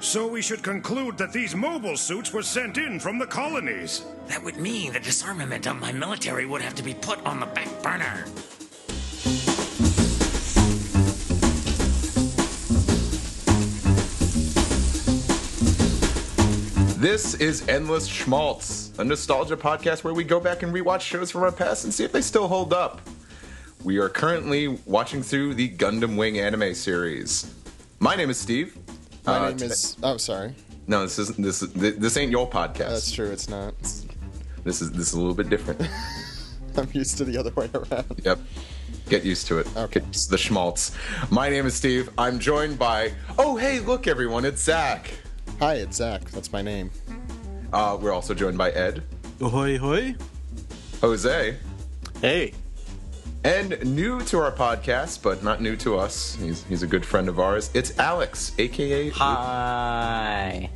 So we should conclude that these mobile suits were sent in from the colonies. That would mean the disarmament of my military would have to be put on the back burner. This is Endless Schmaltz, a nostalgia podcast where we go back and rewatch shows from our past and see if they still hold up. We are currently watching through the Gundam Wing anime series. My name is Steve. My Uh, name today- is. Oh, sorry. No, this isn't this. is- thi- This ain't your podcast. That's true. It's not. This is this is a little bit different. I'm used to the other way around. yep. Get used to it. Okay. Get used to the schmaltz. My name is Steve. I'm joined by. Oh, hey, look, everyone, it's Zach. Hi, it's Zach. That's my name. Uh, we're also joined by Ed, Ahoy, hoy. Jose, Hey. and new to our podcast, but not new to us. He's he's a good friend of ours. It's Alex, aka. Hi.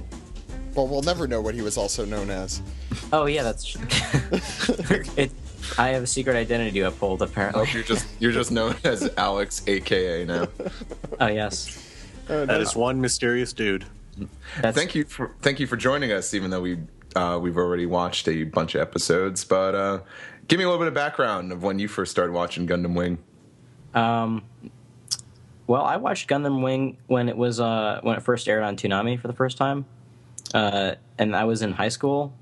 Well, we'll never know what he was also known as. Oh yeah, that's. it. I have a secret identity to uphold, apparently. Oh, you're just you're just known as Alex, aka now. Oh yes. That is one mysterious dude. That's, thank you for thank you for joining us even though we uh, we've already watched a bunch of episodes but uh, give me a little bit of background of when you first started watching gundam wing Well, I watched Gundam Wing when it was uh when it first aired on Toonami for the first time, uh, and I was in high school.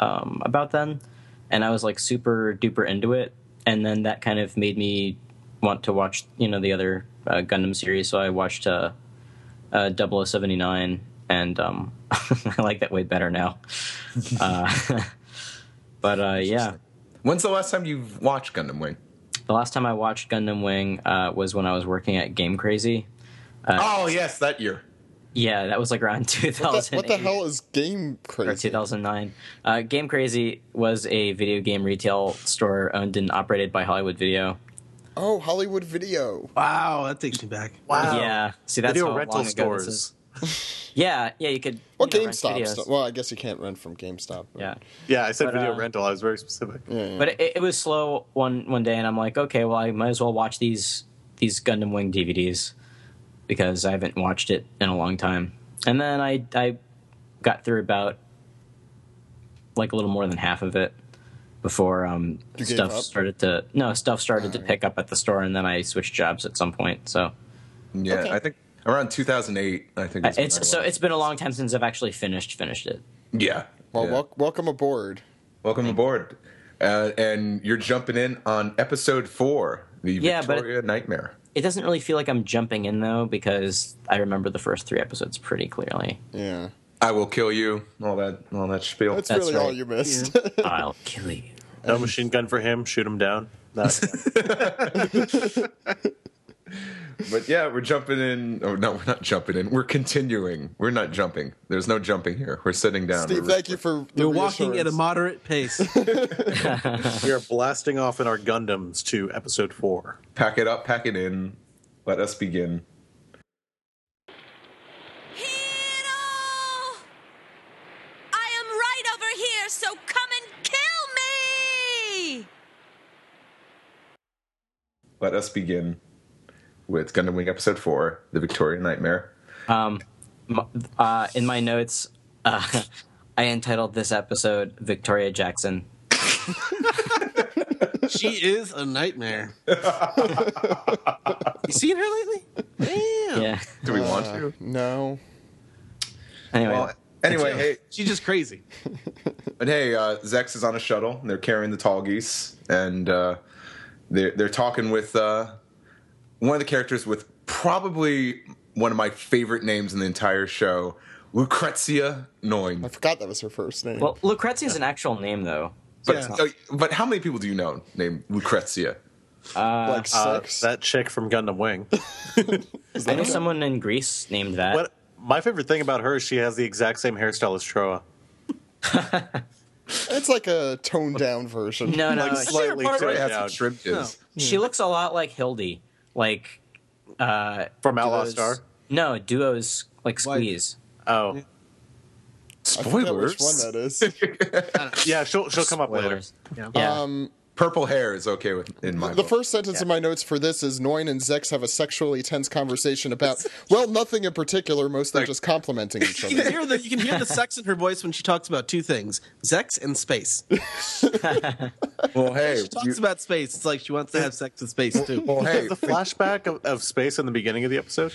Um, about then, and I was like super duper into it, and then that kind of made me want to watch you know the other uh, Gundam series. So I watched uh, uh 0079 and um, I like that way better now. Uh, but uh, yeah. when's the last time you've watched gundam wing The last time I watched Gundam Wing uh, was when I was working at Game Crazy. Uh, oh yes that year Yeah, that was like around 2008 What the, what the hell is game or crazy? 2009. Uh, Game Crazy was a video game retail store owned and operated by Hollywood Video. Oh, Hollywood Video. Wow, that takes me back. Oh. Wow. Yeah, see that's Video how rental long ago this stores. is. Yeah, yeah, you could. Well, you know, rent GameStop. videos. st- Well, I guess you can't rent from GameStop. but- yeah. Yeah, I said But, video uh, rental. I was very specific. Yeah, yeah. but it, it was slow one one day, and I'm like, okay, well, I might as well watch these these Gundam Wing DVDs because I haven't watched it in a long time. And then I I got through about like a little more than half of it before um, You gave stuff up? started to no stuff started to pick up at the store, and then I switched jobs at some point. So yeah Okay. i think around 2008 i think is when I Uh, it's so watched. it's been a long time since I've actually finished finished it. yeah well, yeah. wel- welcome aboard. welcome aboard uh, and you're jumping in on episode four the Yeah, but- victoria nightmare It doesn't really feel like I'm jumping in though because I remember the first three episodes pretty clearly. Yeah. i will kill you all that all that spiel That's, That's really right. all you missed. I'll kill you. No machine gun for him. Shoot him down. That- But yeah, we're jumping in. Oh no, we're not jumping in. We're continuing. We're not jumping. There's no jumping here. We're sitting down. Steve, We're- thank you for the You're walking at a reassurance. moderate pace. we are blasting off in our Gundams to episode four. Pack it up. Pack it in. Let us begin. Hero! I am right over here, so come and kill me! Let us begin with Gundam Wing Episode Four: The Victoria Nightmare. Um, M- uh, in my notes, uh, I entitled this episode Victoria Jackson. she is a nightmare. you seen her lately? Damn. Yeah. Do we Uh, want to? No. Anyway, Well, anyway, hey, She's just crazy. but hey, uh, Zex is on a shuttle. And they're carrying the tall geese, and uh, they're they're talking with uh, one of the characters with probably one of my favorite names in the entire show, Lucrezia Noin. I forgot that was her first name. well, Lucrezia is an actual name though. But, Yeah. uh, but how many people do you know named Lucrezia? like Uh, six. that chick from Gundam Wing. I know someone in Greece named that. What? My favorite thing about her is she has the exact same hairstyle as Troa. it's like a toned down version. No, no, she- slightly Right, toned has down. some shrimped is. she looks a lot like Hildy, like from Outlaw those- Star. No, duos like Why- squeeze. Oh, I forget which one Spoilers. that is. yeah. She'll she'll come up later. Spoilers. Yeah. Um, Purple hair is okay with in my The book. first sentence in my notes for this is Noin and Zex have a sexually tense conversation about, well, nothing in particular, mostly Like- just complimenting each You can other. hear the you can hear the sex in her voice when she talks about two things: Zex and space. Well, hey, She talks you- about space. It's like she wants to have sex with space too. well, hey, The flashback of, of space in the beginning of the episode.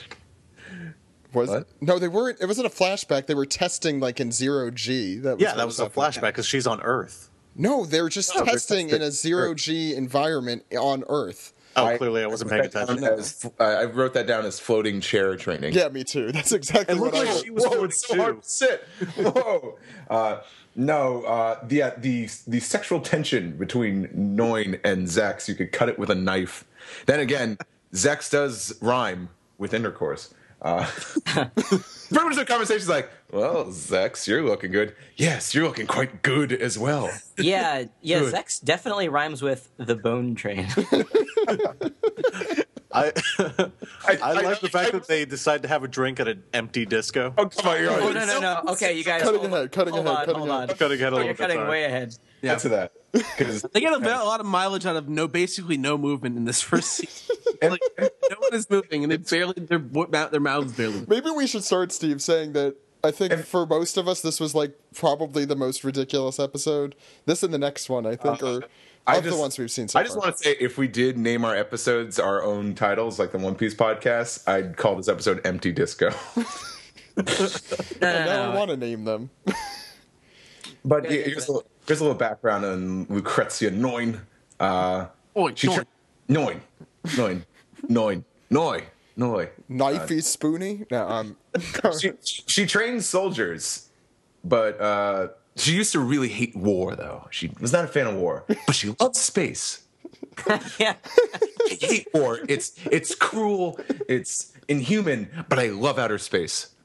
Was What? no, they weren't. It wasn't a flashback. They were testing like in zero g. That was Yeah, what that was a happening. flashback because she's on Earth. No, they were just No, they're testing in a zero g environment on Earth. Oh, I- clearly I wasn't paying that down attention. as- I I wrote that down as floating chair training. Yeah, me too. That's exactly It what looked I. like wrote. she was Whoa, floating it's so too. hard to sit. Whoa. Uh, no, uh, the uh, the the sexual tension between Noin and Zex, you could cut it with a knife. Then again, Zex does rhyme with intercourse. Uh, pretty much the conversation's like, "Well, Zex, you're looking good. Yes, you're looking quite good as well." Yeah, yeah. Good. Zex definitely rhymes with the bone train. I, I, I like the fact I- that they decide to have a drink at an empty disco. Oh come on, you're oh right. no, no, no. Okay, you guys. Cutting hold ahead, cutting hold ahead, on, cutting hold ahead. on. Cutting ahead a You're little bit. cutting sorry. way ahead. Get to that 'Cause- They get a, bit- a lot of mileage out of no, basically no movement in this first scene. like no one is moving, and it's barely their bo- mou- their mouths barely. move. Maybe we should start, Steve, saying that I think for most of us, this was like probably the most ridiculous episode. This and the next one, I think, are I of the just- ones we've seen so I just far. want to say, if we did name our episodes our own titles, like the One Piece podcast, I'd call this episode "Empty Disco." No, now no, no. I want to name them. But Yeah, yeah, here's, yeah. a little, here's a little background on Lucrezia Noin. Uh, Boy, she Sean, tra- Noin, Noin, Noin, Noy, Noy. Knifey spoony. No, um, She, she trains soldiers, but uh, she used to really hate war. Though she was not a fan of war, but she loved space. Yeah. I hate war. It's it's cruel. It's inhuman. But I love outer space.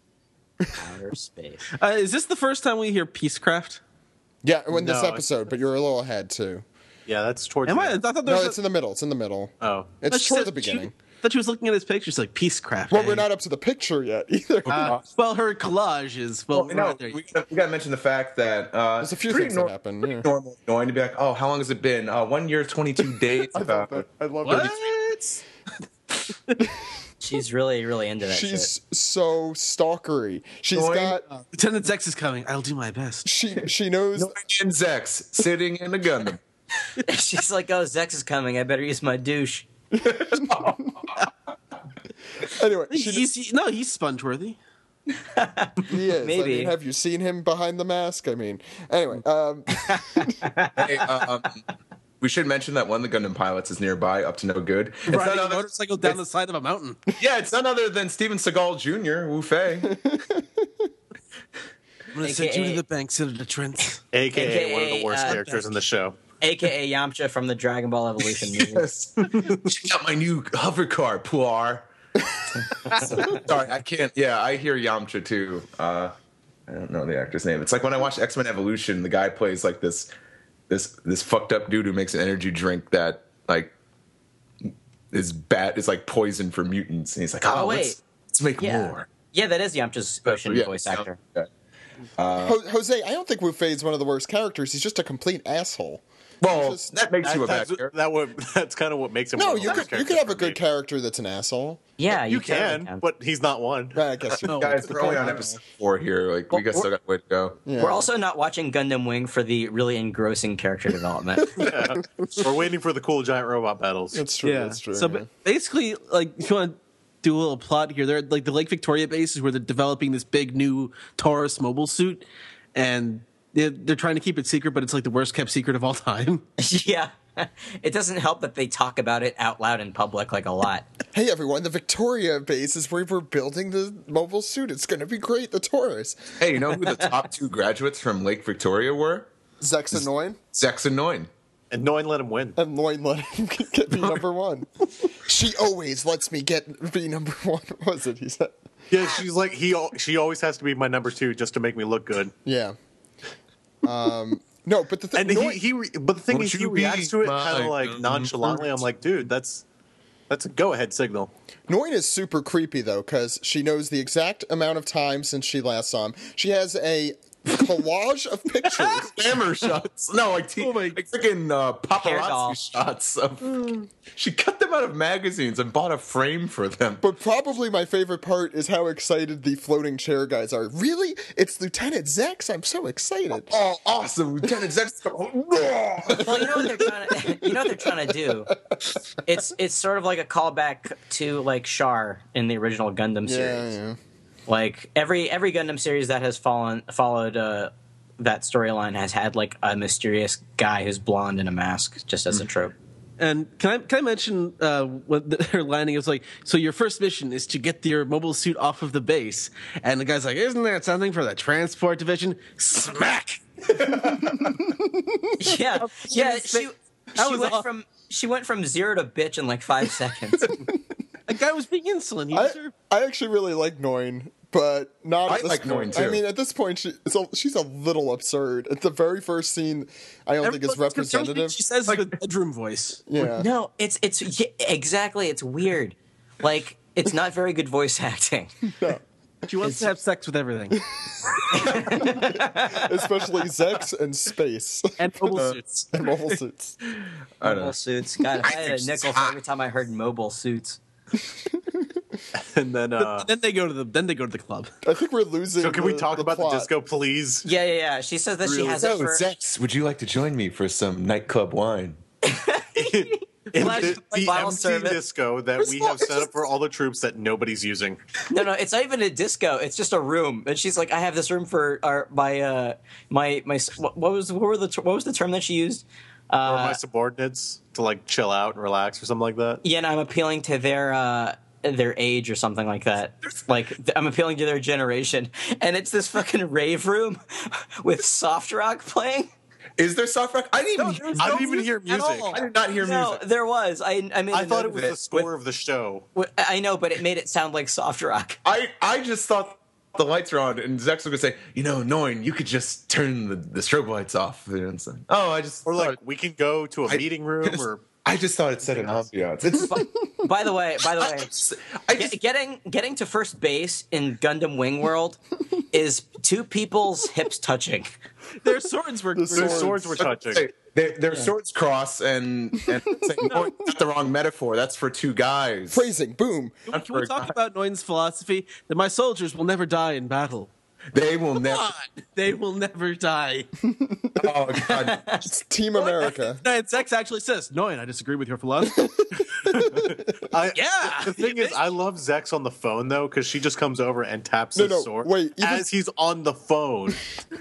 Outer space. uh, is this the first time we hear Peacecraft? yeah, in this No, episode, but you're a little ahead too. Yeah, that's towards. Am the I? I end. thought there No, was. it's in the middle. It's in the middle. Oh, I thought It's she toward said the she- beginning. thought she was looking at his picture. She's like Peacecraft. Well, eh? we're not up to the picture yet either. Uh, well, her collage is well. we're no, not there we, yet. gotta- we got to mention the fact that uh, There's a few pretty things nor- that happen. pretty yeah. Normal, annoying to be like, oh, how long has it been? Uh, one year, twenty two days. I love that. I love that. What? She's really, really into that shit. She's so stalkery. She's Annoying. uh, got. Lieutenant Zex is coming. I'll do my best. She she knows. and Zex uh, sitting in a Gundam. She's like, oh, Zex is coming. I better use my douche. Anyway, she He's, he, no, he's sponge-worthy. He is. I Maybe. mean, have you seen him behind the mask? I mean, anyway, um, Hey, uh, um, we should mention that one of the Gundam pilots is nearby, up to no good. It's Riding a not other, motorcycle down the side of a mountain. I'm yeah, it's none other than Steven Seagal Jr. Wu Fei. gonna send you to AKA the banks of the trench. AKA, one of AKA, the worst uh, characters in the show. AKA Yamcha from the Dragon Ball Evolution movie. yes. Check out my new hover car, Puar. Sorry, I can't. Yeah, I hear Yamcha too. Uh, I don't know the actor's name. It's like when I watch X Men Evolution, the guy plays like this, this, this fucked up dude who makes an energy drink that like is bad. Is like poison for mutants, and he's like, oh, Oh, wait. let's, let's make Yeah. more. Yeah, that is Yamcha's ocean Yeah. voice actor. Yeah. Ho- Jose, I don't think Wu Fei's one of the worst characters. He's just a complete asshole. Well, Just- that makes you a bad That's, character. that would, that's kind of what makes him. No, one of the you worst could you characters could have a for good me. character that's an asshole. Yeah, You totally can, but he's not one. Right, I guess. Oh. You're, Guys, we're only on episode four here. Like, we got still got a way to go. yeah. We're also not watching Gundam Wing for the really engrossing character development. We're waiting for the cool giant robot battles. That's true. That's true. So yeah. ba- basically, like if you want to do a little plot here, they're like the Lake Victoria base is where they're developing this big new Taurus mobile suit, and they're, they're trying to keep it secret, but it's like the worst kept secret of all time. yeah. It doesn't help that they talk about it out loud in public like a lot. hey everyone, the Victoria base is where we're building the mobile suit. It's going to be great. The Taurus, Hey, you know who the top two graduates from Lake Victoria were? Zex and Noin, Zex and Noin. And no one let him win. and Noin let him get be number one. she always lets me get be number one. What Was it? He said, Yeah, she's like he. al- She always has to be my number two just to make me look good. yeah. Um, no, but the thing And he, he, re- but the thing Won't is, he you be reacts to it my kind of like number nonchalantly. I'm like, dude, that's that's a go ahead signal. Noin is super creepy though, because she knows the exact amount of time since she last saw him. She has a collage of pictures. Hammer shots. No, like, t- Oh my- like freaking uh, doll. paparazzi shots. Of- she cut them out of magazines and bought a frame for them. But probably my favorite part is how excited the floating chair guys are. Really? It's Lieutenant Zex? I'm so excited. Oh, awesome! Lieutenant Zex. Well, you know what they're trying to, you know what they're trying to do. It's it's sort of like a callback to like Shar in the original Gundam series. Like every every Gundam series that has fallen followed uh, that storyline has had like a mysterious guy who's blonde in a mask, just as a trope. And can I can I mention uh, what the, her landing is like? So your first mission is to get your mobile suit off of the base, and the guy's like, "Isn't that something for the transport division?" Smack. Yeah, yeah. She, Oh, That she was went aw- from she went from zero to bitch in like five seconds. The guy was being insolent. He I, deserved- I actually really like Noin, but not I at this like point. Noin, too. I mean, at this point, she, it's a, she's a little absurd. At the very first scene, I don't think it's Everyone- 'cause everything representative. She says with bedroom voice. Yeah. No, it's it's yeah, exactly. It's weird. Like it's not very good voice acting. She wants to have sex with everything Especially Zex and space. and mobile suits. and mobile suits. I Mobile don't suits. God, I had a nickel for every time I heard mobile suits. And then, uh, Then they go to the then they go to the club. I think we're losing. so can we talk about plot. the disco, please? Yeah, yeah, yeah. She says that she has know. it for. Zex, would you like to join me for some nightclub wine? In Flash the, like the bottle empty service. disco that we have set up for all the troops that nobody's using. No, no, it's not even a disco. It's just a room. And she's like, I have this room for our my uh my my what what was what were the what was the term that she used? or Uh, my subordinates to like chill out and relax or something like that. Yeah, and I'm appealing to their uh their age or something like that. Like th- I'm appealing to their generation, and it's this fucking rave room with soft rock playing. Is there soft rock? I didn't. even, I didn't even hear music. I did not hear No, music. there was. I I made. a I thought note it was of the score of the show. Wi- I know, but it made it sound like soft rock. I I just thought the lights were on, and Zex was gonna say, you know, Noin, you could just turn the, the strobe lights off. And it's like, oh, I just Or like thought- we can go to a meeting room or I just thought it said an ambiance. It's By the way, by the way, I get- just, getting getting to first base in Gundam Wing World is two people's hips touching. Their swords were. their swords were touching. Hey, their, their swords cross and, and saying, "Oh, that's the wrong metaphor. That's for two guys. Phrasing. Boom. Can we talk about Noin's philosophy that my soldiers will never die in battle? They will never. God, they will never die. Oh God! It's Team America. And Sex actually says, Noin, I disagree with your philosophy. I, yeah. The thing is, I love Zex on the phone though, because she just comes over and taps No, his no, sword wait, even- as he's on the phone.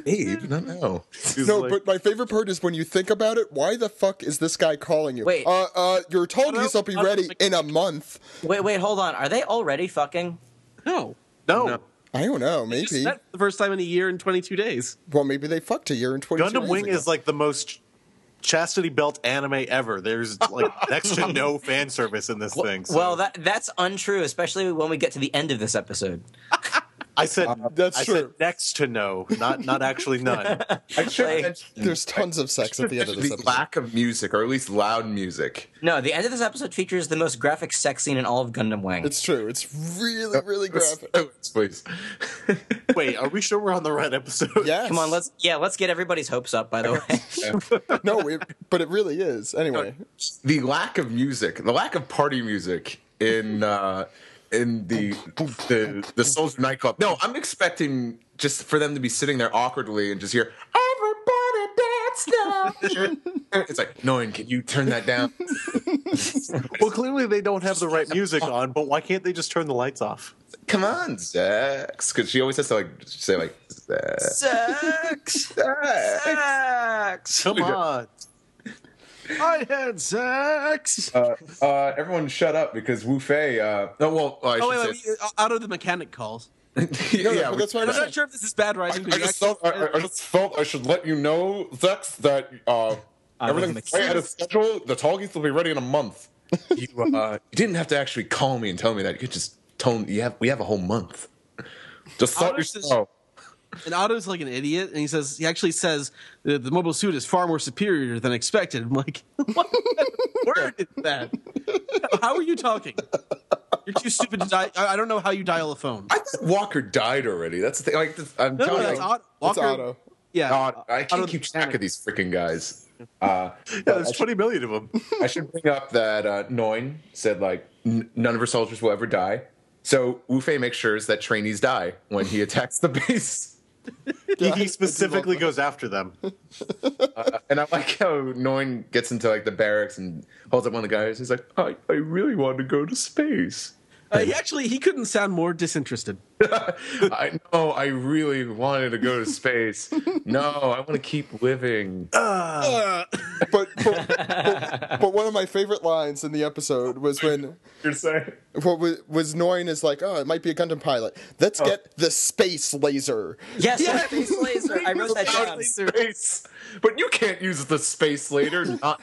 Abe, no, no. She's No, like, but my favorite part is when you think about it. Why the fuck is this guy calling you? Wait. uh, uh, your talkies Hello? will be ready in a month. Wait, wait, hold on. Are they already fucking? no. no, I don't know. Maybe. That's the first time in a year and 22 days. Well, maybe they fucked a year in twenty. Gundam Wing is like the most chastity belt anime ever. There's like next to no fan service in this thing. so- Well, that that's untrue, especially when we get to the end of this episode. I said Uh, that's I true. Said next to no, not not actually none. I should Like- mention There's tons of sex at the end of this the episode. lack of music, or at least loud music. No, the end of this episode features the most graphic sex scene in all of Gundam Wing. It's true. It's really, really graphic. Oh, Please. Wait, are we sure we're on the right episode? Yes. Come on, let's yeah, let's get everybody's hopes up. By the way, No, it, but it really is. Anyway, the lack of music, the lack of party music in uh, in the the the Soldier nightclub. No, I'm expecting just for them to be sitting there awkwardly and just hear everybody dance now. it's like, Noin, can you turn that down? Well, clearly they don't have the right music on, but why can't they just turn the lights off? Come on, Zex, because she always has to like say like Zex. sex, sex. Come on. I had sex. Uh, uh, everyone, shut up because Wu Fei. Uh, no, well, I should oh, wait, wait, say, we- uh, out of the mechanic calls. no, yeah, but we- that's what I'm I'm saying. not sure if this is bad I, writing. but I we just actually- felt, I, I- I just felt I should let you know, Zex, that uh, everything's makes way out of schedule. The talkies will be ready in a month. You, uh, you didn't have to actually call me and tell me that. You could just tell me you have we have a whole month. Just thought Ours is- yourself. And Otto's like an idiot, and he says he actually says the, the mobile suit is far more superior than expected. I'm like, what kind of word is that? How are you talking? You're You're too stupid to die. I, I don't know how you dial a phone. I thought Walker died already. That's the thing. Like this, I'm No, no, telling you, that's like, Otto. It's Walker- auto. Yeah, God, I Otto can't keep the track of Mechanic. these freaking guys. Uh, Yeah, there's 20 million of them. I should bring up that uh, Noin said like n- none of her soldiers will ever die. So Wu Fei makes sure that trainees die when he attacks the base. he specifically goes after them. And I like how Noin gets into like the barracks and holds up one of the guys. He's like, I, I really want to go to space. Uh, he actually he couldn't sound more disinterested. I know I really wanted to go to space. No, I want to keep living. Uh, But, but, but but one of my favorite lines in the episode was when You're saying? what was, was Noin is like, oh, it might be a Gundam pilot. Let's get the space laser. Yes, Space Laser. I wrote that down. Space. But you can't use the space later, not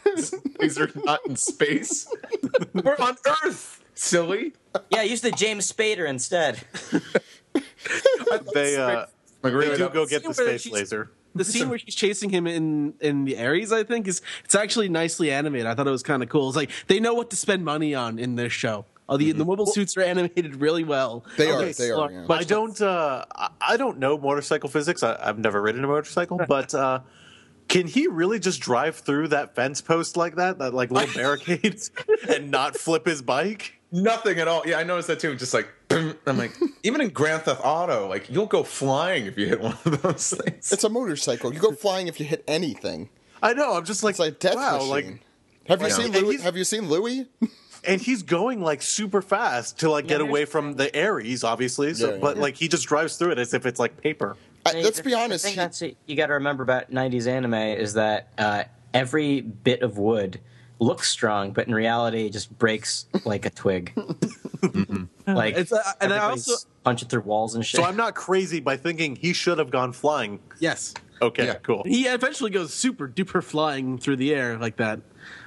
laser, not in space. We're on Earth, silly. Yeah, use the James Spader instead. They uh, Like, really, they do that- go get See the where space she's- laser. The scene where she's chasing him in in the Aries, I think, is it's actually nicely animated. I thought it was kind of cool. It's like they know what to spend money on in this show. All the the mobile suits are animated really well. They Okay, are, they so- are. Yeah. I don't. Uh, I- I don't know motorcycle physics. I, I've never ridden a motorcycle, but uh, can he really just drive through that fence post like that, that like little barricade, and not flip his bike? Nothing at all. Yeah, I noticed that too. Just like boom. I'm like, even in Grand Theft Auto, like you'll go flying if you hit one of those things. It's a motorcycle. You go flying if you hit anything. I know. I'm just like, It's like a death wow, machine. like, have you Yeah. seen And Louis? he's- Have you seen Louis? and he's going like super fast to like get there's- away from the Aries, obviously. So, Yeah, yeah. but like he just drives through it as if it's like paper. I, let's be honest. The he- thing that's you got to remember about '90s anime is that uh, every bit of wood looks strong, but in reality, just breaks like a twig. Mm-hmm. Like, It's, uh, and I everybody's also- punching through walls and shit. So I'm not crazy by thinking he should have gone flying. Yes, Okay, Yeah. cool. he eventually goes super duper flying through the air like that.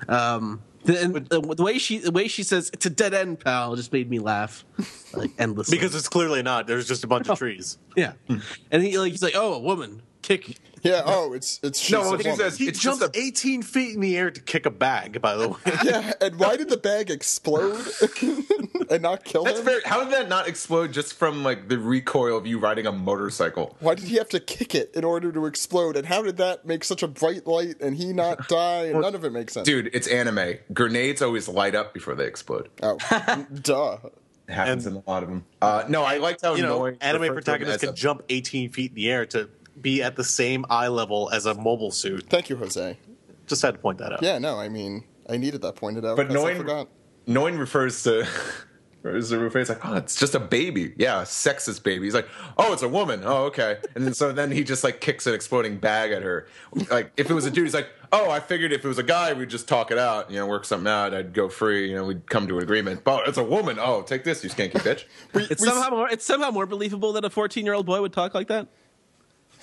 Um, the, and the, the way she the way she says it's a dead end, pal, just made me laugh like endlessly. Because it's clearly not. There's just a bunch of trees. yeah, and he like he's like, oh, a woman kick. yeah. Oh, it's it's she's No, a well, he woman. says- He It's just jumps 18 feet in the air to kick a bag. By the way, Yeah, and why did the bag explode and not kill That's him? very. How did that not explode just from like the recoil of you riding a motorcycle? Why did he have to kick it in order to explode? And how did that make such a bright light and he not die? And none of it makes sense. Dude, it's anime. Grenades always light up before they explode. Oh, duh. It happens in a lot of them. Uh, no, I liked how you know, Noi referred to anime him protagonists as can a- jump 18 feet in the air to be at the same eye level as a mobile suit. Thank you, Jose. Just had to point that out. Yeah, no, I mean, I needed that pointed out. But 'cause I Noin- forgot. Noin refers to refers to Rufus like, oh, it's just a baby. Yeah, a sexist baby. He's like, oh, it's a woman. Oh, okay. And then, so then he just like kicks an exploding bag at her. Like if it was a dude, he's like, oh, I figured if it was a guy, we'd just talk it out, you know, work something out. I'd go free, you know, we'd come to an agreement. But it's a woman. Oh, take this, you skanky bitch. It's somehow more it's somehow more believable that a 14 year old boy would talk like that.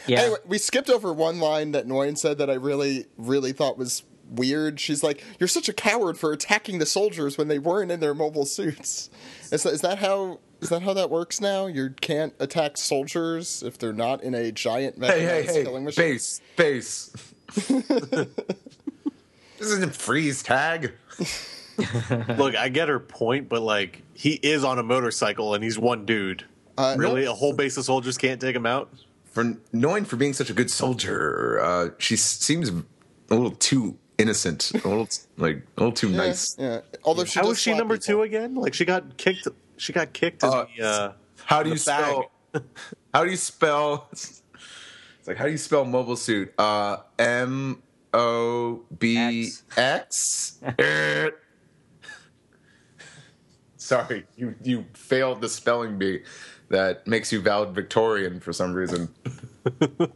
yeah, Anyway, we skipped over one line that Noin said that I really, really thought was weird. She's like, "You're such a coward for attacking the soldiers when they weren't in their mobile suits." Is that, is that how? Is that how that works now? You can't attack soldiers if they're not in a giant Hey, hey, mechanized killing hey, machine. base, base. this isn't freeze tag. Look, I get her point, but like he is on a motorcycle and he's one dude. Uh, really, a whole base of soldiers can't take him out. for knowing for being such a good soldier. Uh, she s- seems a little too innocent, a little t- like a little too Yeah, nice. Yeah. Although she How does was she slap number people. two again? Like she got kicked. She got kicked. in Uh, the, uh, How do you The bag. spell? How do you spell? It's like how do you spell mobile suit? Uh, M O B X. Er. Sorry, you you failed the spelling bee. That makes you valid Victorian for some reason.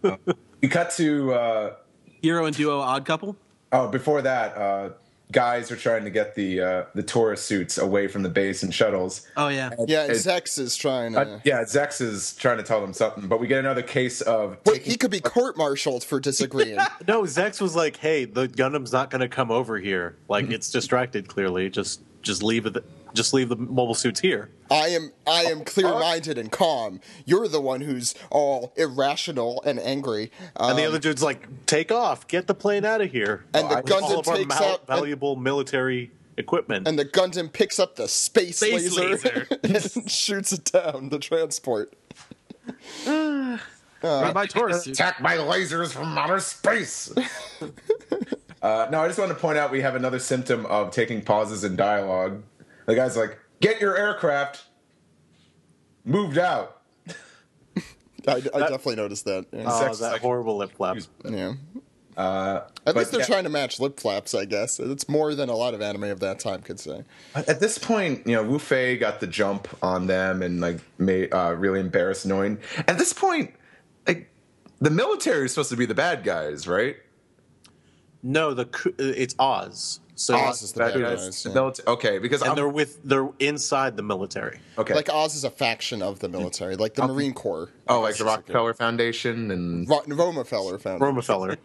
Uh, we cut to. Uh, Hero and duo, odd couple. Oh, before that, uh, guys are trying to get the uh, the tourist suits away from the base and shuttles. Oh yeah, Yeah, and It- Zex is trying to. Uh, yeah, Zex is trying to tell them something, but we get another case of Wait, he could be court-martialed for disagreeing. no, Zex was like, "Hey, the Gundam's not going to come over here. Like it's distracted. Clearly, just just leave it. Just leave the mobile suits here." I am I Oh, am clear-minded and calm. You're the one who's all irrational and angry. And the Um, other dude's like, "Take off. Get the plane out of here." And the With all Gundam of our takes mal- out- and- valuable military equipment. and the Gundam picks up the space, Space laser, and shoots it down. The transport. Rabbi Torres. dude. Attack my lasers from outer space. uh, no, I just want to point out we have another symptom of taking pauses in dialogue. The guy's like, "Get your aircraft moved out." I, I definitely noticed that. Yeah. Oh, Sex is that like- horrible lip flap. Yeah. At least they're yeah. trying to match lip flaps, I guess. It's more than a lot of anime of that time could say. At this point, you know, Wu Fei got the jump on them and like made uh, really embarrassed knowing. At this point, like the military is supposed to be the bad guys, right? No, the cou- it's Oz. So Oz is the bad Bad guys. guys. yeah. Milita- okay, because and I'm they're with they're inside the military. okay. Like Oz is a faction of the military, like the Marine Corps. oh, like the Rockefeller Foundation and Ro- Romafeller found. Romafeller.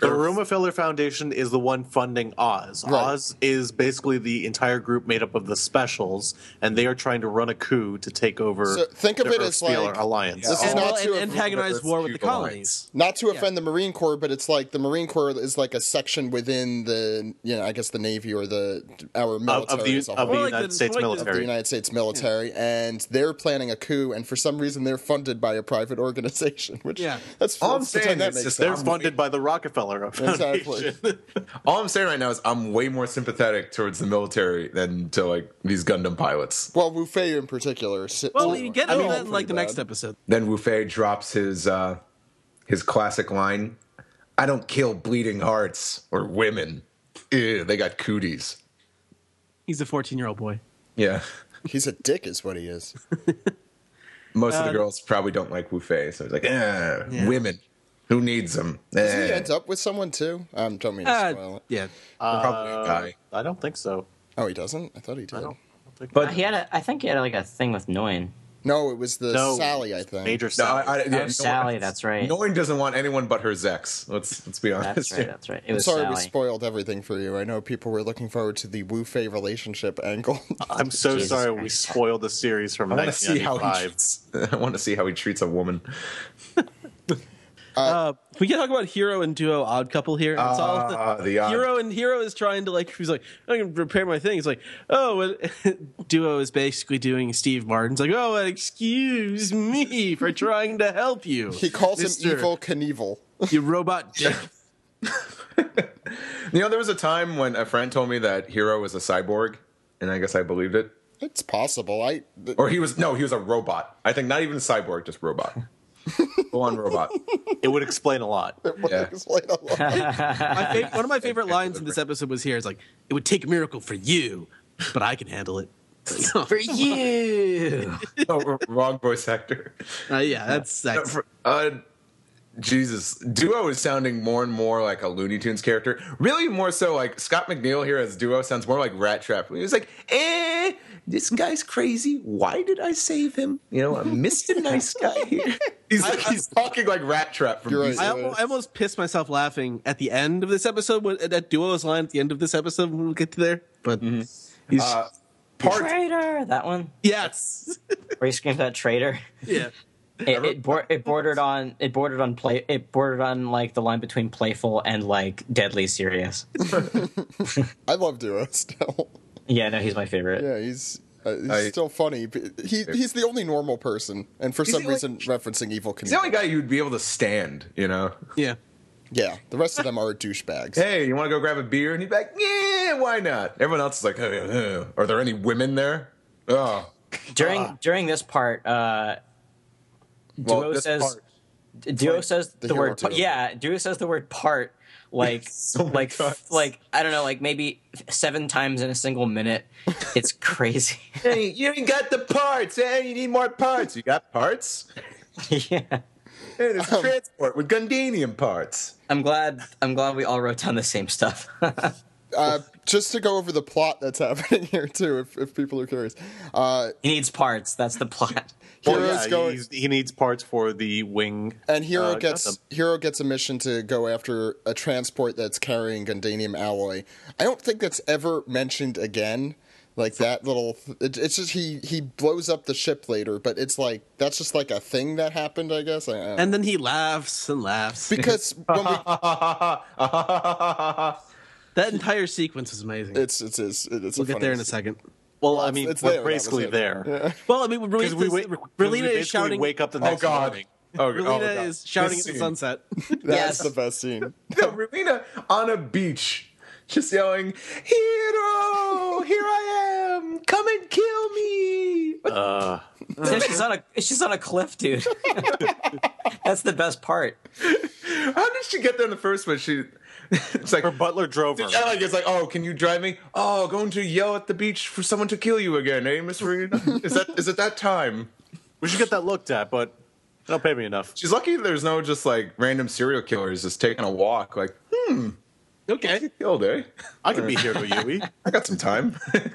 the Romafeller Foundation is the one funding Oz. Right. Oz is basically the entire group made up of the specials, and they are trying to run a coup to take over. So think of the it as Earthspealer like- alliance. This is And, not well, too- and antagonized war with the colonies. Not to offend the Marine Corps, but it's like the Marine Corps is like a section within the, you know, I guess the Navy or the our of, military of the as a of whole. the Well, like United the- States like the- of the military. United States military, and they're planning a coup, and for some reason they're funded by a private organization. Which Yeah. that's All I'm that's the saying time that is makes just They're sense. funded by the Rockefeller Foundation. Exactly. All I'm saying right now is I'm way more sympathetic towards the military than to like these Gundam pilots. Well, Wu Fei in particular. si- Well, you get I into mean, that in like the pretty next bad. episode. Then Wu Fei drops his uh, his classic line: "I don't kill bleeding hearts or women. Ew, they got cooties." He's a 14 year old boy. Yeah, He's a dick, is what he is. most of the girls probably don't like Wu Fei, so it's like, eh, Yeah. women. Who needs them? Does he Eh, end up with someone too? Um, don't mean to spoil Uh, it. yeah. probably a guy. I don't think so. Oh, he doesn't. I thought he did. But He had, a, I think, he had like a thing with Noin. No, it was the No. Sally. I think. Major no, Sally. I, I, yeah, Oh, no one- Sally, that's right. No one doesn't want anyone but her Zex. Let's let's be honest. That's right. That's right. It I'm was sorry we Sally. spoiled everything for you. I know people were looking forward to the Wu Fei relationship angle. I'm so Jesus sorry we Christ. spoiled the series from I want to see how he 1995. treats. I want to see how he treats a woman. Uh, we can talk about Hero and Duo Odd Couple here. That's all. Ah, the odd- Hero and Hero is trying to like he's like I can repair my thing. He's like oh well, Duo is basically doing Steve Martin's like oh excuse me for trying to help you. he calls Mister, him evil Knievel. You robot dick. You know, there was a time when a friend told me that Hero was a cyborg, and I guess I believed it. It's possible. I. th- Or he was no, he was a robot. I think not even cyborg, just robot. Full on robot. It would explain a lot. Yeah. explain a lot. My fav- one of my favorite lines in this episode was here. It's like it would take a miracle for you, but I can handle it. For you. No, wrong voice actor. Uh, yeah, that's that's Uh, Jesus, Duo is sounding more and more like a Looney Tunes character. Really, more so like Scott McNeil here as Duo sounds more like Rat Trap. He was like, "Eh, this guy's crazy. Why did I save him? You know, I missed a nice guy here." He's like, he's talking like Rat Trap from You're right. Beast I almost, I almost pissed myself laughing at the end of this episode when, at Duo's line at the end of this episode when we get to there. But he's Uh, Part Traitor. That one. yes, Where he screams out traitor. yeah. It, it, bor- it bordered on it bordered on play it bordered on like the line between playful and like deadly serious. I love Duo still. Yeah, no, he's my favorite. Yeah, he's uh, he's I- still funny. but He he's the only normal person, and for He's some the only- reason, referencing evil He's the only guy comedian. you'd be able to stand, you know. Yeah. Yeah, the rest of them are douchebags. Hey, you want to go grab a beer? And he'd be like, "Yeah, why not?" Everyone else is like, "Uh, uh, "Are there any women there?" Oh, During during this part, uh, Well, Duo this says part. Duo says the the, hero word too. yeah. Duo says the word part like So many like times. like I don't know like maybe seven times in a single minute. It's crazy. hey, you ain't got the parts. Hey, you need more parts. You got parts? yeah, Hey, there's transport with Gundanium parts. I'm glad I'm glad we all wrote down the same stuff. Uh, just to go over the plot that's happening here too, if, if people are curious. Uh, he needs parts. That's the plot. Hero's Well, Oh, yeah, going, he's- he needs parts for the wing. and Hero uh, gets Gundam. Hero gets a mission to go after a transport that's carrying Gundanium alloy. I don't think that's ever mentioned again. Like that little, it, it's just he he blows up the ship later, but it's like that's just like a thing that happened, I guess. I, I don't know. And then he laughs and laughs. because when we That entire sequence is amazing. It's it's it's it's. we'll get there in a second. second. Well, Well, I it's- mean, it's we're there, that was basically it. there. Well, I mean, Because Relina, we, wait, Relina is shouting. wake up the oh, next God. morning. Oh, Relina oh, God. is shouting This at the scene. sunset. That's Yes. the best scene. No, Relina on a beach, just yelling, "Hero, here I am! Come and kill me!" Uh, Yeah, she's on a she's on a cliff, dude. That's the best part. How did she get there in the first one? She, it's like her butler drove her. Yeah, like, it's like, oh, can you drive me? Oh, going to yell at the beach for someone to kill you again, eh, Miss Marina? is that is it that time? We should get that looked at, but they don't pay me enough. She's lucky there's no just like random serial killers just taking a walk, like Okay. killed, eh? I could be here E. to Yui. I got some time.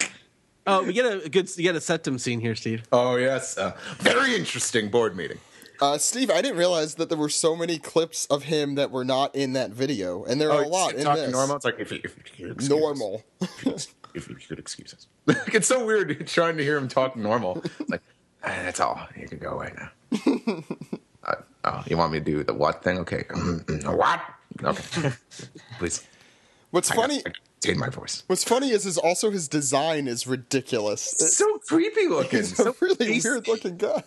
Oh, we get a good. You get a septum scene here, Steve. oh yes, uh, very interesting board meeting. Uh, Steve, I didn't realize that there were so many clips of him that were not in that video, and there are a lot in Talk to this. Norma. Oh, It's like if you, if you could excuse us. Normal. if you could excuse us. it's so weird trying to hear him talk normal. It's like "Ah, that's all. You can go away now. Uh, oh, you want me to do the what thing? Okay. Mm, mm, what? Okay. Please. What's I got- funny? I did my voice. What's funny is, is also his design is ridiculous. So creepy looking. It's a So really pasty. weird looking guy.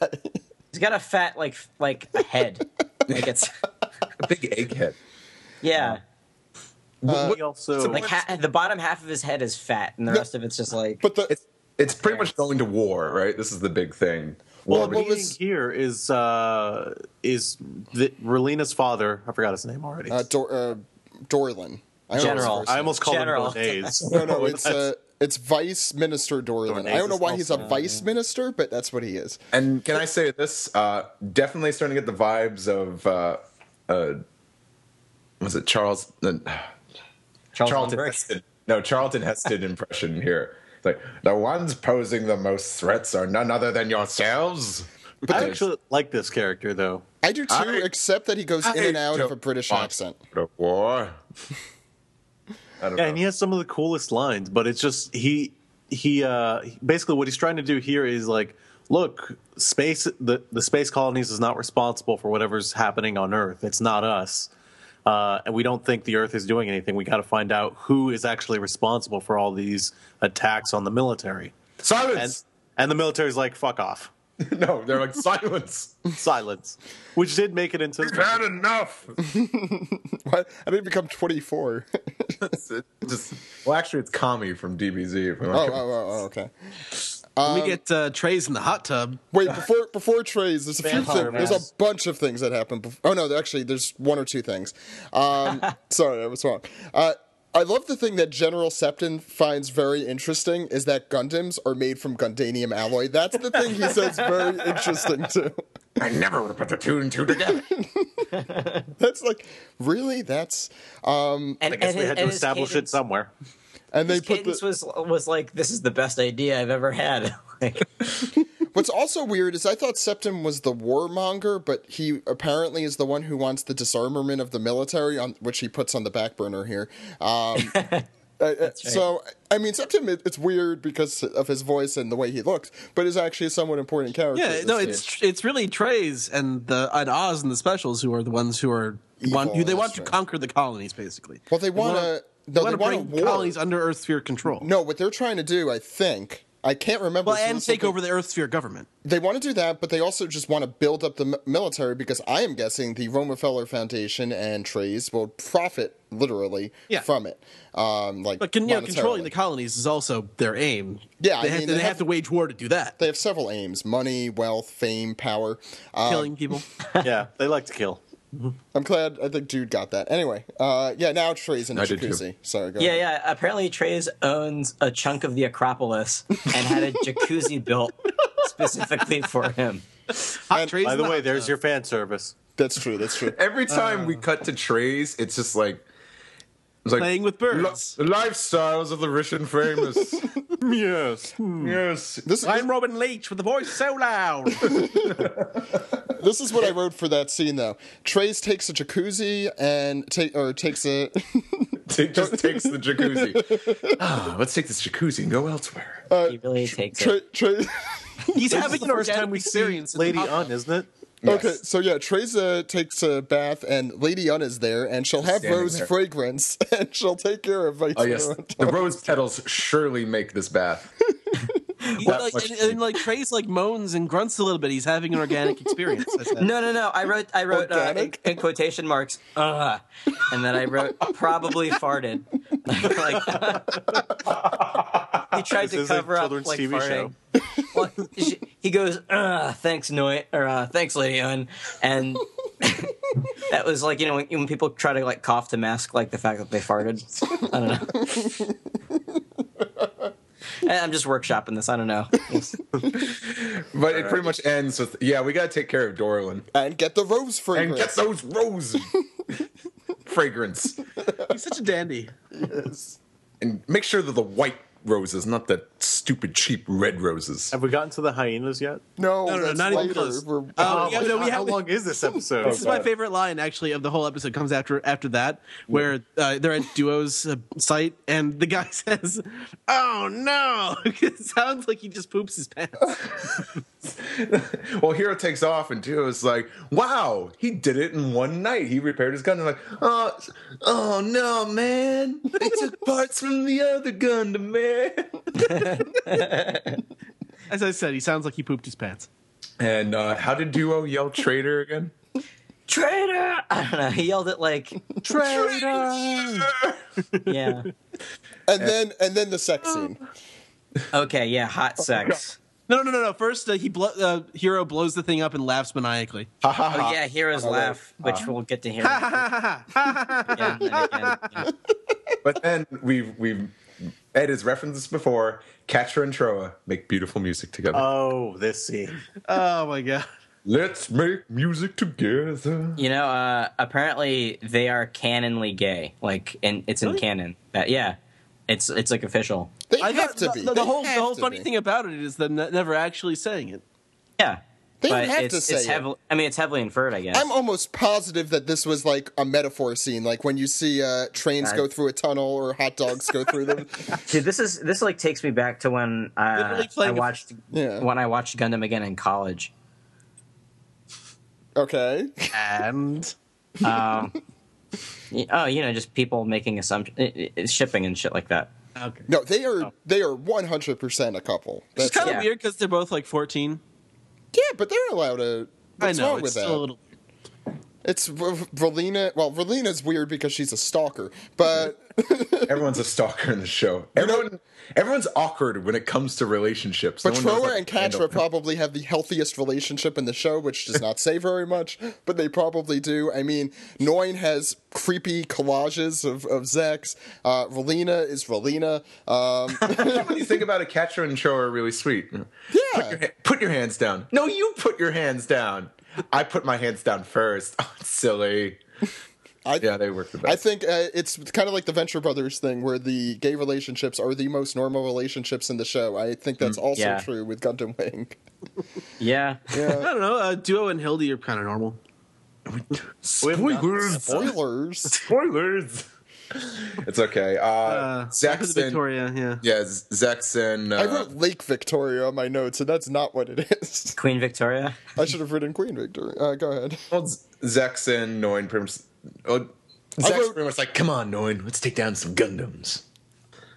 He's got a fat like like a head. Like it's A big egghead. yeah. Uh, we also Like ha- the bottom half of his head is fat, and the rest of it's just like. But the It's it's pretty much going to war, right? This is the big thing. well, War what between- was- here is uh, is the, Relina's father. I forgot his name already. uh, Dor- uh, Dorlin. I don't know his General. first I name. almost called General. him Bernays. No, no, it's uh, it's Vice Minister Dorlin. I don't know is why he's a also- vice minister, but that's what he is. And can I say this? Uh, definitely starting to get the vibes of uh, uh, was it Charles uh, Charlton Lindbergh. Heston? No, Charlton Heston impression here. It's Like the ones posing the most threats are none other than yourselves. I actually like this character though. I do too, I- except that he goes in I and out of don't a British want- accent. The war. I don't Yeah, know. and he has some of the coolest lines, but it's just he he uh basically what he's trying to do here is like, look, space the the space colonies is not responsible for whatever's happening on Earth. It's not us. Uh, and we don't think the Earth is doing anything. We got to find out who is actually responsible for all these attacks on the military. And silence. and the military's like, fuck off, no, they're like silence. silence, which did make it into We've had enough. Why I didn't become Oh, 24. Just, well, actually, it's Kami from DBZ. if we Oh, want oh, to- oh, oh, okay. we get uh, trays in the hot tub. Wait, before before trades, there's a few Vampire things. There's a bunch of things that happen. Before, oh no, there- actually, there's one or two things. Um, sorry, I was wrong. Uh, I love the thing that General Septon finds very interesting is that Gundams are made from Gundanium alloy. That's the thing he says very interesting too. I never would have put the two and two together. That's like really that's um, and, I guess and we his- had to and his establish it cadence- somewhere. and they His put cadence the, was was like this is the best idea I've ever had. like, what's also weird is I thought Septim was the warmonger, but he apparently is the one who wants the disarmament of the military, on which he puts on the back burner here. Um, Uh, uh, So I mean, Septim it- it's weird because of his voice and the way he looks, but is actually a somewhat important character. Yeah, in no, this it's game. tr- it's really Trey's and the and Oz and the specials who are the ones who are want Evil, who they that's want to right. conquer the colonies basically. well, they want wanna- to no, they wanna want bring to war. colonies under Earth sphere control. No, what they're trying to do, I think, I can't remember. well, if and this take was- over the Earth sphere government. They want to do that, but they also just want to build up the mi- military because I am guessing the Rockefeller Foundation and Trey's will profit literally Yeah. from it. Um, like, But can, you know, monetarily. controlling the colonies is also their aim. Yeah, I they, have, mean, to, they they have have- to wage war to do that, they have several aims: money, wealth, fame, power. Um, killing people. yeah, they like to kill. I'm glad. I think Dude got that. Anyway, uh, yeah. Now Trey's in a I did too. jacuzzi. Sorry. Go yeah, ahead. yeah. Apparently, Trey's owns a chunk of the Acropolis and had a jacuzzi built specifically for him. Hot Trey's By in the the way, hot there's tub. your fan service. That's true. That's true. Every time Uh. we cut to trays, it's just like it's like Playing with birds. "Li- lifestyles of the rich and famous. Yes. Hmm. yes, This, I'm Robin Leach with the voice so loud. this is what I wrote for that scene though. Trace takes a jacuzzi and take or takes a it just takes the jacuzzi. Ah, let's take this jacuzzi and go elsewhere. Oh, He really takes Tra- it. Tra- He's having the an first organic time we see experience in the Lady hot tub. Un, isn't it? Okay, so yeah, Treza takes a bath, and Lady Anna's there, and she'll have Standing Rose there. fragrance, and she'll take care of Vice. Oh yes, the rose petals surely make this bath. Yeah, like, much and, and, like Trey's like moans and grunts a little bit. He's having an organic experience. I said. No, no, no. I wrote, I wrote uh, in, Organic? in quotation marks, uh, and then I wrote probably farted. Like, he tried to This is a cover up children's like TV farting. Well, she- he goes, uh, thanks, Noy, or uh, thanks, Lady Un, and that was like you know when, when people try to like cough to mask like the fact that they farted. I don't know. And I'm just workshopping this. I don't know. But it pretty much ends with yeah, we gotta take care of Dorlin and get the rose and fragrance. get those rose fragrance He's such a dandy. and make sure that the white roses, not the stupid cheap red roses. Have we gotten to the hyenas yet? no, No, no, that's not later. even close. We're- Oh, yeah, my no, we God, have- how long is this episode? This is my favorite line, actually, of the whole episode. Comes after after that, where uh, they're at Duo's uh, site, and the guy says, "Oh no!" it sounds like he just poops his pants. Well, Hero takes off and Duo's like, wow, he did it in one night. He repaired his gun. And like, oh, oh no, man, they took parts from the other gun to man. As I said, he sounds like he pooped his pants. And uh, how did Duo yell traitor again? Traitor! I don't know. He yelled it like, yeah. and then and then the sex scene. Okay, yeah, hot Oh, sex. No, no, no, no. First, uh, he blo- uh, hero blows the thing up and laughs maniacally. Oh yeah, heroes laugh, which we'll get to hear. Yeah, and again, yeah. But then we've we've Ed has referenced this before. Catra and Troa make beautiful music together. Uh, Oh, this scene. Oh my god. Let's make music together. You know, uh, apparently they are canonly gay. Like, and it's in canon. That yeah, it's it's like official. They I have thought to the, be. the, They whole the have whole to funny be. thing about it is them ne- never actually saying it. Yeah, They don't but have it's, to say it's it. heavily. I mean, it's heavily inferred, I guess. I'm almost positive that this was like a metaphor scene, like when you see uh, trains I- go through a tunnel or hot dogs go through them. Dude, this is this like takes me back to when uh, Literally I playing a- watched Yeah. when I watched Gundam again in college. Okay, And Y- Oh, you know, just people making assumptions, shipping and shit like that. okay, no, they are they are 100 percent a couple. Oh. it's That's kind of yeah. weird because they're both like fourteen. yeah, but they're allowed to. What's I know wrong it's with still that? a little. It's R- Verlina. Well, Verlina's weird because she's a stalker, but Everyone's a stalker in the show. Everyone, everyone's awkward when it comes to relationships. but No one knows how Troa to and handle Katra them. probably have the healthiest relationship in the show, which does not say very much, but they probably do. I mean, Noin has creepy collages of of Zex. Uh, Verlina is Verlina. Um, when you think about it, Katra and Cho are really sweet. Yeah. Put your, yeah, ha- put your hands down. No, you put your hands down. I put my hands down first. Oh, it's silly. I, Yeah, they work the best. I think uh, it's kind of like the Venture Brothers thing, where the gay relationships are the most normal relationships in the show. I think that's Mm, also yeah. true with Gundam Wing. Yeah, I don't know. Uh, Duo and Hildy are kind of normal. Spoilers. Spoilers. Spoilers. It's okay. Uh, Uh, Back to the Zaxxon. Victoria, yeah. Yeah, Z- Zaxxon. Uh, I wrote Lake Victoria on my notes, and that's not what it is. Queen Victoria. I should have written Queen Victoria. Uh, go ahead. Well, Z- Zaxxon, Noin, pretty much. Oh, Zax wrote- pretty much like, come on, Noin, let's take down some Gundams.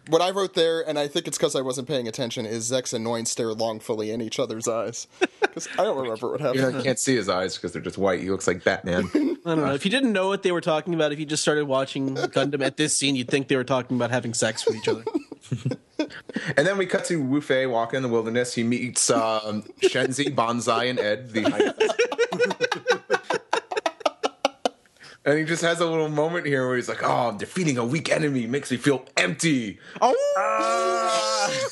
What I wrote there, and I think it's because I wasn't paying attention, is Zex and Noin stare longfully in each other's eyes. 'Cause I don't remember what You, know, you happened. can't see his eyes because they're just white. He looks like Batman. I don't know. If you didn't know what they were talking about, if you just started watching Gundam at this scene, you'd think they were talking about having sex with each other. and then we cut to Wu Fei walking in the wilderness. He meets um, Shenzi, Bonsai, and Ed. The and he just has a little moment here where he's like, oh, defeating a weak enemy makes me feel empty. Oh!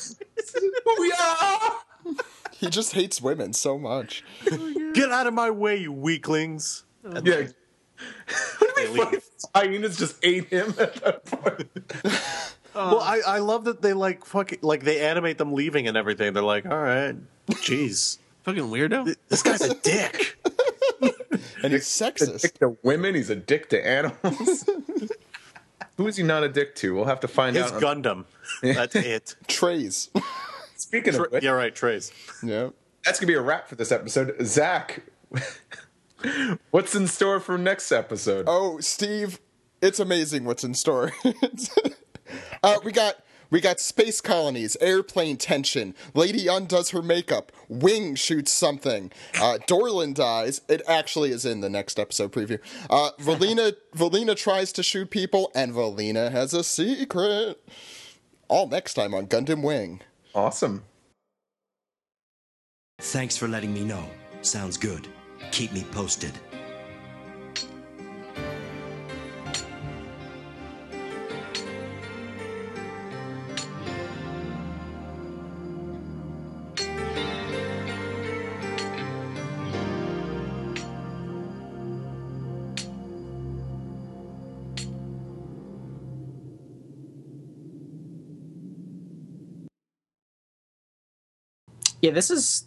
we are! He just hates women so much. Get out of my way, you weaklings. Yeah. They leave. Hyenas just ate him at that point. Well, I, I love that they like fucking like they animate them leaving and everything. They're like, all right, jeez, Fucking weirdo. this guy's a dick. And he's He's a sexist. dick to women. He's a dick to animals. Who is he not a dick to? We'll have to find His out. Gundam. That's it. Trays. Speaking of which, Uh, Yeah, right, Trace. yeah. that's gonna be a wrap for this episode. Zach, What's in store for next episode? Oh, Steve, it's amazing what's in store. uh, we got we got space colonies, airplane tension, lady undoes her makeup, wing shoots something, uh, Dorlan dies. It actually is in the next episode preview. Uh, Valina Valina tries to shoot people, and Valina has a secret. All next time on Gundam Wing. Awesome. Thanks for letting me know. Sounds good. Keep me posted. Yeah, this is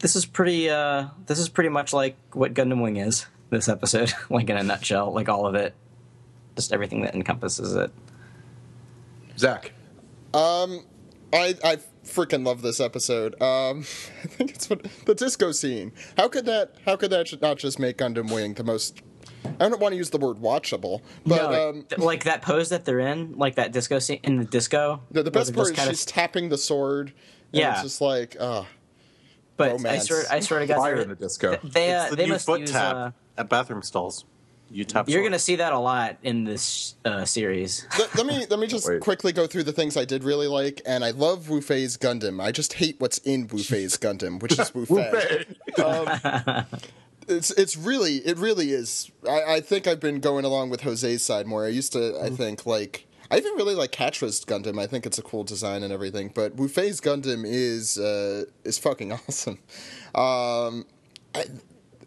this is pretty uh this is pretty much like what Gundam Wing is this episode, like in a nutshell, like all of it. Just everything that encompasses it. Zach. I I freaking love this episode. Um, I think it's what, the disco scene. How could that? How could that not just make Gundam Wing the most? I don't want to use the word watchable, but No, um, th- like that pose that they're in, like that disco scene in the disco. the, the where best they're part just is kinda- she's tapping the sword. And Yeah. it's just like uh, but I romance. swear, I swear to God, Fire they're- in the disco. th- They uh, it's the they new must foot use. tap uh, at bathroom stalls. You tap. you're short. gonna see that a lot in this uh, series. let, let me let me just Wait. quickly go through the things I did really like, and I love Wu Fei's Gundam. I just hate what's in Wu Fei's Gundam, which is Wu Fei. it's it's really it really is. I, I think I've been going along with Jose's side more. I used to I think like I even really like Catra's Gundam. I think it's a cool design and everything. But Wu Fei's Gundam is uh, is fucking awesome. Um, I,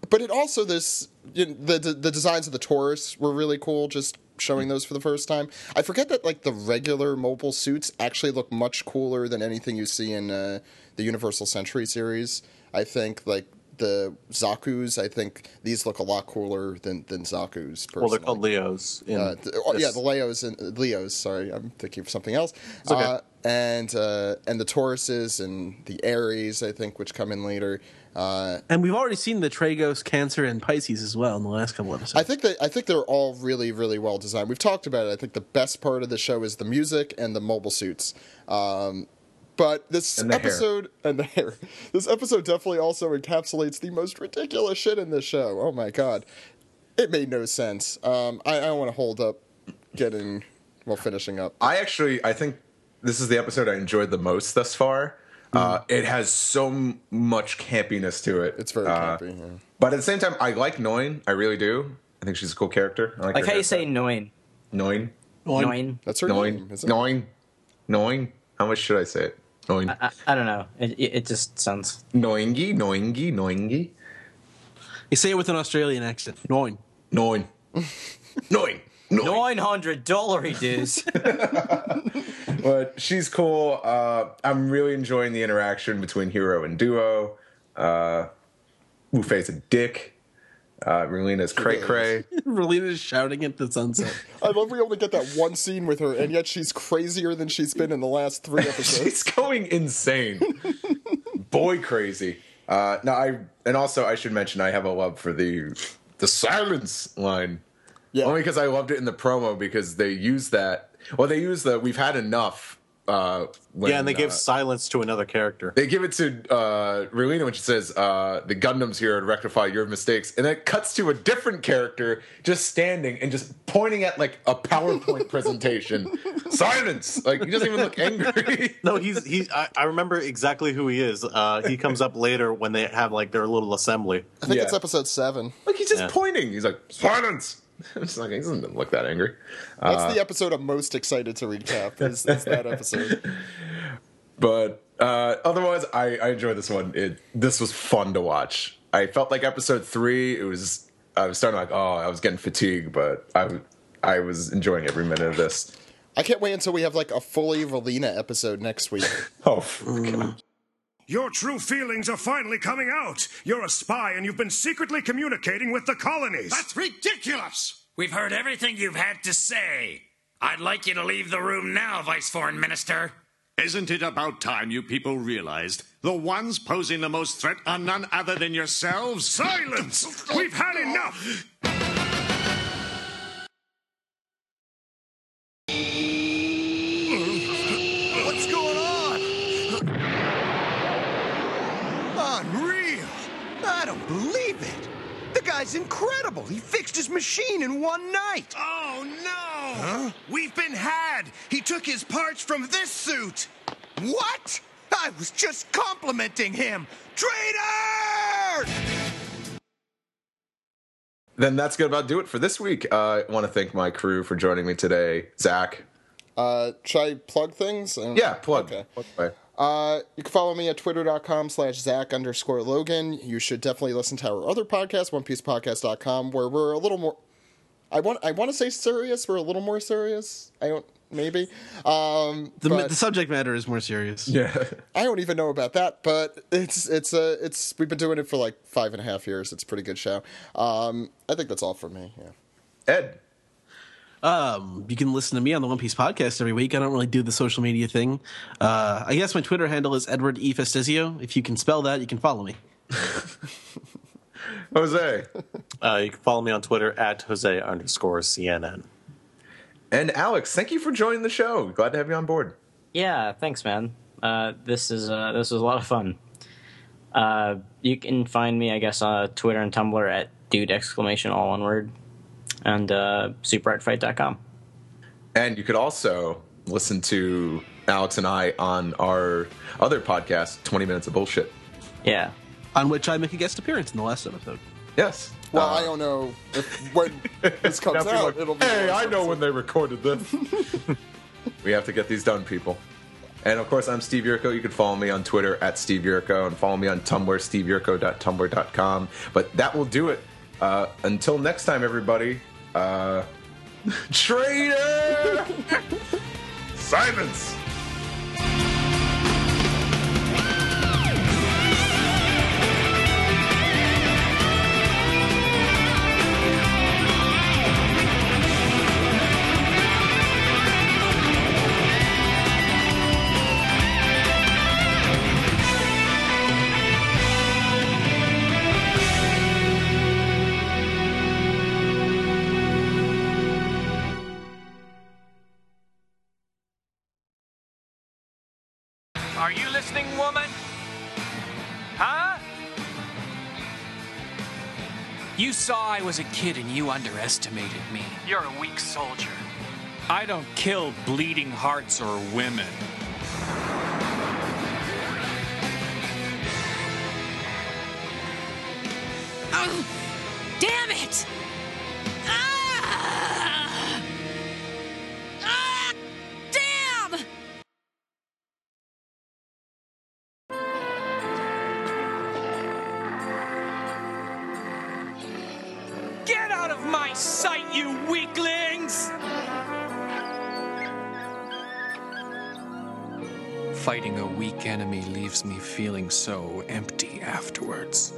but it also this you know, the, the the designs of the Taurus were really cool. Just showing those for the first time. I forget that like the regular mobile suits actually look much cooler than anything you see in uh, the Universal Century series. I think like the Zaku's. I think these look a lot cooler than than Zaku's. Personally. Well, they're called Leos. In Uh, th- oh, yeah, this. the Leos and Leos. Sorry, I'm thinking of something else. okay. Uh, and uh, and the Tauruses and the Aries, I think, which come in later. Uh, And we've already seen the Tragos, Cancer, and Pisces as well in the last couple episodes. I think that I think they're all really really well designed. We've talked about it. I think the best part of the show is the music and the mobile suits. Um, but this And the hair. episode and the hair. This episode definitely also encapsulates the most ridiculous shit in this show. Oh my god, it made no sense. Um, I, I don't want to hold up getting well finishing up. I actually, I think this is the episode I enjoyed the most thus far. Hmm. Uh, it has so m- much campiness to it. It's very Uh, campy. yeah. But at the same time, I like Noin. I really do. I think she's a cool character. I like, Like her how haircut. you say "noin," Noin. "noin." That's her name. Noin. Is it? Noin. Noin. How much should I say it? Noin. I, I don't know. It, it it just sounds. Noingy. Noingy. Noingy. You say it with an Australian accent. Noin. Noin. Noin. Noin. Nine hundred dollar dues. but she's cool. Uh, I'm really enjoying the interaction between Hero and Duo. Uh, Wu Fei's a dick. Uh, Relina's cray cray. Relina is shouting at the sunset. I love we only get that one scene with her, and yet she's crazier than she's been in the last three episodes. She's going insane, boy crazy. Uh, no, I and also I should mention I have a love for the the silence line. Yeah. Only because I loved it in the promo because they use that. Well, they use the "We've had enough." Uh, when, yeah, and they gave uh, silence to another character. they give it to uh, Rulina when she says, uh, "The Gundam's here to rectify your mistakes," and then it cuts to a different character just standing and just pointing at like a PowerPoint presentation. Silence! Like he doesn't even look angry. No, he's he. I, I remember exactly who he is. Uh, he comes up later when they have like their little assembly. I think Yeah. it's episode seven. like he's just Yeah. pointing. He's like, "Silence!" I'm just like he doesn't look that angry. That's the episode I'm most excited to recap. Is, is that episode? But uh, otherwise, I, I enjoyed this one. It this was fun to watch. I felt like episode three. It was I was starting like, oh, I was getting fatigued, but I w- I was enjoying every minute of this. I can't wait until we have like a fully Relina episode next week. Oh, f- Your true feelings are finally coming out. You're a spy and you've been secretly communicating with the colonies. That's ridiculous! We've heard everything you've had to say. I'd like you to leave the room now, Vice Foreign Minister. Isn't it about time you people realized the ones posing the most threat are none other than yourselves? Silence! We've had enough! What's going on? Unreal! I don't believe it! The guy's incredible! He fixed his machine in one night! Oh no! We've been had! He took his parts from this suit! What? I was just complimenting him! Traitor! Then that's going to about do it for this week. Uh, I want to thank my crew for joining me today. Zach. Uh, should I plug things? I don't- Yeah, plug. Okay. Plug away. Uh, you can follow me at twitter.com slash Zach underscore Logan. You should definitely listen to our other podcast, onepiecepodcast.com, where we're a little more. I want I want to say serious. We're a little more serious. I don't. Maybe. Um, The, but the subject matter is more serious. Yeah. I don't even know about that, but it's it's a it's we've been doing it for like five and a half years. It's a pretty good show. Um, I think that's all for me. Yeah. Ed. Um, you can listen to me on the One Piece podcast every week. I don't really do the social media thing. Uh, I guess my Twitter handle is Edward E Festizio. If you can spell that, you can follow me. Jose. Uh, you can follow me on Twitter at Jose underscore CNN. and Alex, thank you for joining the show. Glad to have you on board. Yeah, thanks, man. Uh, this is uh, this was a lot of fun. Uh, you can find me, I guess, on Twitter and Tumblr at dude exclamation all one word, and uh, superartfight.com. And you could also listen to Alex and I on our other podcast, 20 Minutes of Bullshit. Yeah, On which I make a guest appearance in the last episode. Yes. Well, Uh, I don't know if when this comes Now people out, are- it'll be. hey, I know when they recorded this. we have to get these done, people. And of course, I'm Steve Yurko. You can follow me on Twitter at Steve Yurko and follow me on Tumblr, steveyurko.tumblr.com. But that will do it. Uh, until next time, everybody. Uh, traitor! Silence! Are you listening, woman? Huh? You saw I was a kid and you underestimated me. You're a weak soldier. I don't kill bleeding hearts or women. Oh, damn it! Ah! Ah! Damn! Get out of my sight, you weaklings! Fighting a weak enemy leaves me feeling so empty afterwards.